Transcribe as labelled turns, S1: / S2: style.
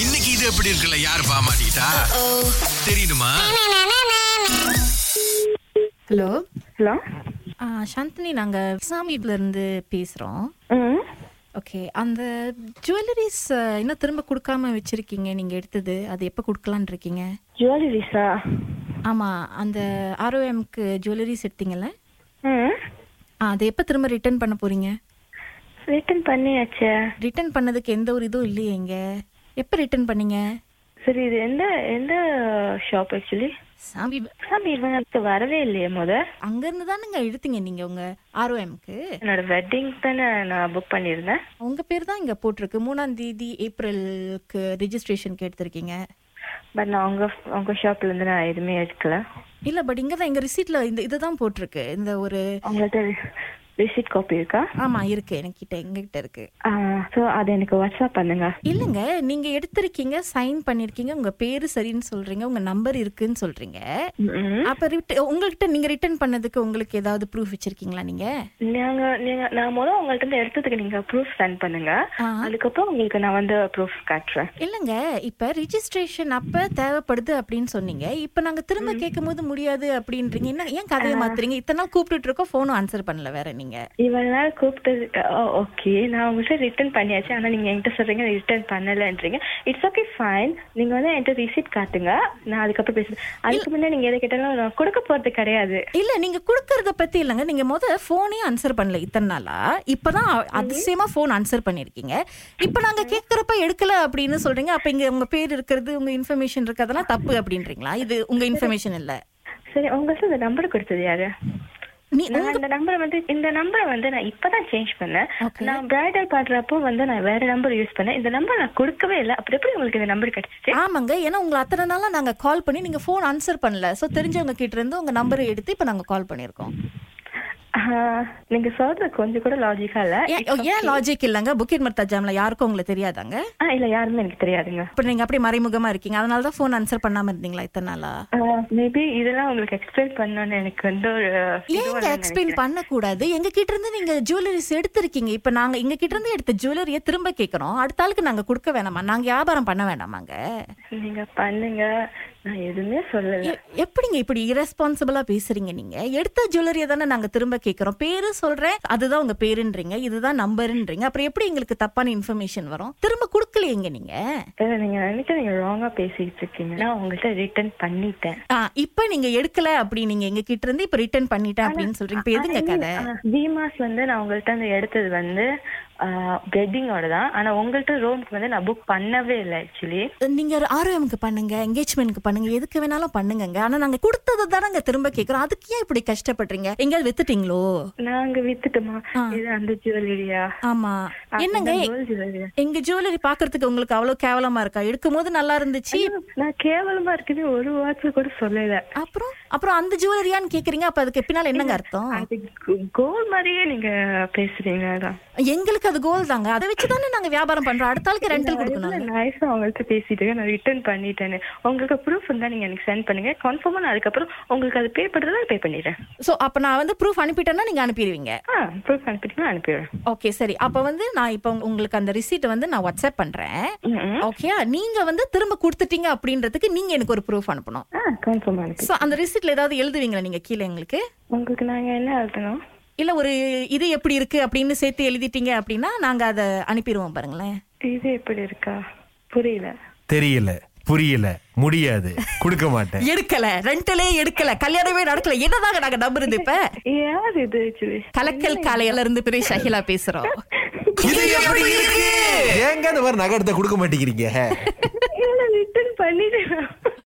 S1: இன்னைக்கு இது எப்படி இருக்குல்ல யார் பாமாட்டா தெரியுமா
S2: ஹலோ
S3: ஹலோ
S2: ஆ, சாந்தினி நாங்க சாமியில இருந்து பேசுறோம்
S3: ம்
S2: ஓகே அந்த ஜுவல்லரிஸ் இன்னும் திரும்ப கொடுக்காம வச்சிருக்கீங்க நீங்க எடுத்தது அது எப்போ கொடுக்கலான் இருக்கீங்க
S3: ஜுவல்லரிஸா
S2: ஆமா அந்த ஆர்ஓஎம்க்கு ஜுவல்லரிஸ் எடுத்தீங்கல்ல
S3: ம்
S2: ஆ, அது எப்போ திரும்ப ரிட்டர்ன் பண்ண போறீங்க
S3: ரிட்டர்ன் பண்ணியாச்சே
S2: ரிட்டர்ன் பண்ணதுக்கு எந்த ஒரு இதுவும் இல்லையே இங்க எப்போ ரிட்டர்ன் பண்ணீங்க
S3: சரி இது எந்த எந்த ஷாப் ஆக்சுவலி
S2: சாமி
S3: சாமி இவங்களுக்கு வரவே இல்லையே முத
S2: அங்கேருந்து தானுங்க எடுத்தீங்க நீங்க உங்க ஆர்ஓஎம்க்கு
S3: என்னோட வெட்டிங் தானே நான் புக் பண்ணியிருந்தேன்
S2: உங்க பேர் தான் இங்க போட்டிருக்கு மூணாம் தேதி ஏப்ரலுக்கு ரெஜிஸ்ட்ரேஷனுக்கு எடுத்திருக்கீங்க
S3: பட் நான் உங்க உங்க ஷாப்ல இருந்து நான் எதுவுமே எடுக்கல
S2: இல்ல பட் இங்க தான் எங்க ரிசீட்ல இந்த இதுதான் போட்டிருக்கு இந்த ஒரு
S3: உங்கள்கிட்ட ரிசிப்ட் காப்பி இருக்கா
S2: ஆமா இருக்கு என்கிட்ட எங்ககிட்ட இருக்கு
S3: ஸோ அதை எனக்கு வாட்ஸ்அப் பண்ணுங்க
S2: இல்லைங்க நீங்க எடுத்திருக்கீங்க சைன் பண்ணிருக்கீங்க உங்க பேரு சரின்னு சொல்றீங்க உங்க நம்பர் இருக்குன்னு சொல்றீங்க
S3: ம்
S2: அப்ப ரிட்ட- உங்ககிட்ட நீங்க ரிட்டர்ன் பண்ணதுக்கு உங்களுக்கு ஏதாவது ப்ரூஃப் வச்சிருக்கீங்களா நீங்க
S3: நீங்க நீங்க நான் முதல்ல உங்கள்ட்ட இருந்து எடுத்ததுக்கு நீங்க ப்ரூஃப் சென்ட் பண்ணுங்க
S2: ஆ.
S3: அதுக்கப்புறம் உங்களுக்கு நான் வந்து ப்ரூஃப் காட்டுறேன்
S2: இல்லைங்க இப்ப ரிஜிஸ்ட்ரேஷன் அப்ப தேவைப்படுது அப்படின்னு சொன்னீங்க இப்ப நாங்க திரும்ப கேட்கும்போது முடியாது அப்படின்றீங்க என்ன ஏன் கதையை மாத்துறீங்க இத்தனை நாள் கூப்பிட்டுட்டு இருக்கோம் ஃபோனும் ஆன்சர் பண்ணல வேற நீங்க
S3: இவ்வளவு நாள் கூப்பிட்டது ஓகே நான் உங்கள்கிட்ட ரிட்டர்ன் பண்ணியாச்சு ஆனா நீங்க என்கிட்ட சொல்றீங்க ரிட்டர்ன் பண்ணலன்றீங்க இட்ஸ் ஓகே ஃபைன் நீங்க வந்து என்கிட்ட ரிசீட் காட்டுங்க நான் அதுக்கப்புறம் பேசுறேன் அதுக்கு முன்னாடி நீங்க எதை கேட்டாலும் நான் கொடுக்க போறது கிடையாது
S2: இல்ல நீங்க குடுக்கறத பத்தி இல்லங்க நீங்க முத போனே ஆன்சர் பண்ணல இத்தனை நாளா இப்பதான் அ- அதிசயமா போன் ஆன்சர் பண்ணிருக்கீங்க இப்ப நாங்க கேக்குறப்ப எடுக்கல அப்படின்னு சொல்றீங்க அப்ப இங்க உங்க பேர் இருக்கிறது உங்க இன்ஃபர்மேஷன் இருக்கிறதெல்லாம் தப்பு அப்படின்றீங்களா இது உங்க இன்ஃபர்மேஷன் இல்ல
S3: சரி உங்களுக்கு இந்த நம்பர் கொடுத்தது யாரு
S2: நீ
S3: நான் இந்த நம்பரை வந்து இந்த நம்பரை வந்து நான் இப்பதான் சேஞ்ச் பண்ணேன்
S2: Okay.
S3: நான் பிரைடல் பாடுறப்போ வந்து நான் வேற நம்பர் யூஸ் பண்ணேன் இந்த நம்பர் நான் கொடுக்கவே இல்லை அப்படி எப்படி உங்களுக்கு இந்த நம்பர் கிடைச்சிச்சு
S2: ஆமாங்க ஏன்னா உங்களை அத்தனை நாளா நாங்க கால் பண்ணி நீங்க போன் ஆன்சர் பண்ணல சோ தெரிஞ்சவங்க கிட்ட இருந்து உங்க நம்பரை எடுத்து இப்ப நாங்க கால் பண்ணிருக்கோம்
S3: ஆஹ், நீங்க சொல்றது கொஞ்சம் கூட லாஜிக்கா இல்ல
S2: ஏன் ஏன் லாஜிக் இல்லங்க புக்கிர் மர்த்தா ஜாம்ல யாருக்கும் உங்களை தெரியாதாங்க
S3: ஆ, இல்ல யாருமே எனக்கு தெரியாதுங்க
S2: இப்ப நீங்க அப்படியே மறைமுகமா இருக்கீங்க அதனால தான் போன் ஆன்சர் பண்ணாம இருந்தீங்களா இத்தனை நாளா
S3: மேபி இதெல்லாம் உங்களுக்கு எக்ஸ்பிளைன் பண்ணணும்னு எனக்கு வந்து ஒரு
S2: ஏங்க எக்ஸ்பிளைன் பண்ண கூடாது எங்க கிட்ட இருந்து நீங்க ஜுவல்லரிஸ் எடுத்திருக்கீங்க இப்ப நாங்க எங்க கிட்ட இருந்து எடுத்த ஜுவல்லரிய திரும்ப கேக்குறோம் அடுத்த ஆளுக்கு நாங்க கொடுக்க வேணாமா நாங்க வியாபாரம் பண்ண வேணாமாங்க
S3: நீங்க பண்ணுங்க நான் எதுவுமே சொல்லல
S2: எ- எப்படிங்க இப்படி இரஸ்பான்சிபிளா பேசுறீங்க நீங்க எடுத்த ஜுவல்லரிய தானே நாங்க திரும்ப கேக்குறோம் பேரு சொல்றேன் அதுதான் உங்க பேருன்றீங்க இதுதான் நம்பருன்றீங்க அப்புறம் எப்படி எங்களுக்கு தப்பான இன்ஃபர்மேஷன் வரும் திரும்ப கொடுக்கலையேங்க நீங்க
S3: இல்ல நீங்க நினைச்சா நீங்க ராங்கா பேசிட்டு இருக்கீங்க நான் உங்கள்ட்ட ரிட்டர்ன் பண்ணிட்டேன்
S2: ஆ, இப்ப நீங்க எடுக்கல அப்படி நீங்க எங்க கிட்ட இருந்து இப்ப ரிட்டர்ன் பண்ணிட்டேன் அப்படின்னு சொல்றீங்க இப்ப எதுங்க கதை
S3: டிமாஸ் வந்து நான் உங்கள்ட்ட அந்த எடுத்தது வந்து வெட்டிங்கோட தான் ஆனா உங்கள்ட்ட ரூம்க்கு வந்து நான் புக் பண்ணவே இல்லை ஆக்சுவலி
S2: நீங்க ஆர்வம்க்கு பண்ணுங்க என்கேஜ்மெண்ட்க்கு பண்ணுங்க எதுக்கு வேணாலும் பண்ணுங்கங்க ஆனா நாங்க கொடுத்ததை தானங்க திரும்ப கேக்குறோம் அதுக்கு ஏன் இப்படி கஷ்டப்படுறீங்க எங்கேயாவது வித்துட்டீங்களோ
S3: நாங்க வித்துட்டோமா இது அந்த ஜுவல்லரியா
S2: ஆமா என்னங்க
S3: ஜுவல்லரியா
S2: எங்க ஜுவல்லரி பாக்குறதுக்கு உங்களுக்கு அவ்வளவு கேவலமா இருக்கா எடுக்கும் போது நல்லா இருந்துச்சு
S3: நான் கேவலமா இருக்குன்னு ஒரு வார்த்தை கூட சொல்லல
S2: அப்புறம் அப்புறம் அந்த ஜுவல்லரியான்னு கேக்குறீங்க அப்ப அதுக்கு பின்னால என்னங்க அர்த்தம்
S3: அது கோல் மாதிரியே நீங்க பேசுறீங்க அதான்
S2: எங்களுக்கு அது கோல் தாங்க அதை வச்சுதானே நாங்க வியாபாரம் பண்றோம் அடுத்த ஆளுக்கு ரெண்டல் கொடுக்கணும்
S3: நைஸா அவங்கள்ட்ட பேசிட்டு இருக்கேன். நான் ரிட்டர்ன் பண்ணிட்டேன்னு உங்களுக்கு ப்ரூஃப் இருந்தா நீங்க எனக்கு சென்ட் பண்ணுங்க கன்ஃபார்மா நான் அதுக்கப்புறம் உங்களுக்கு அது பே பண்றதா பே பண்ணிடுறேன்
S2: சோ அப்ப நான் வந்து ப்ரூஃப் அனுப்பிட்டேன்னா நீங்க அனுப்பிடுவீங்க
S3: ஆ ப்ரூஃப் அனுப்பிட்டீங்கன்னா அனுப்பிடுறேன்
S2: ஓகே சரி அப்ப வந்து நான் இப்ப உங்க- உங்களுக்கு அந்த ரிசீட் வந்து நான் வாட்ஸ்அப் பண்றேன்
S3: ம்ம்.
S2: ஓகே நீங்க வந்து திரும்ப கொடுத்துட்டீங்க அப்படின்றதுக்கு நீங்க எனக்கு ஒரு ப்ரூஃப் அனுப்பணும்
S3: ஆ கன்ஃபார்ம் அனுப்பி
S2: சோ அந்த ரிசிப்ட்ல ஏதாவது எழுதுவீங்களா நீங்க கீழே எங்களுக்கு
S3: உங்களுக்கு நாங்க என்ன எழுதணும்
S2: இல்ல ஒரு இது எப்படி இருக்கு அப்படின்னு சேர்த்து எழுதிட்டீங்க அப்படின்னா நாங்க அதை அனுப்பிடுவோம் பாருங்களேன்
S3: இது எப்படி இருக்கா புரியல
S1: தெரியல புரியல முடியாது கொடுக்க மாட்டேன்
S2: எடுக்கல ரெண்டலே எடுக்கல கல்யாணமே நடக்கல என்னதாங்க நாங்க நம்புறது இப்ப
S3: யார் இது ஆக்சுவலி
S2: கலக்கல் காலையில இருந்து பெரிய ஷஹிலா பேசுறோம்
S1: இது எப்படி இருக்கு ஏங்க இந்த மாதிரி நகை எடுத்த கொடுக்க மாட்டேங்கிறீங்க
S3: இல்ல ரிட்டர்ன் பண்ணிட்டேன்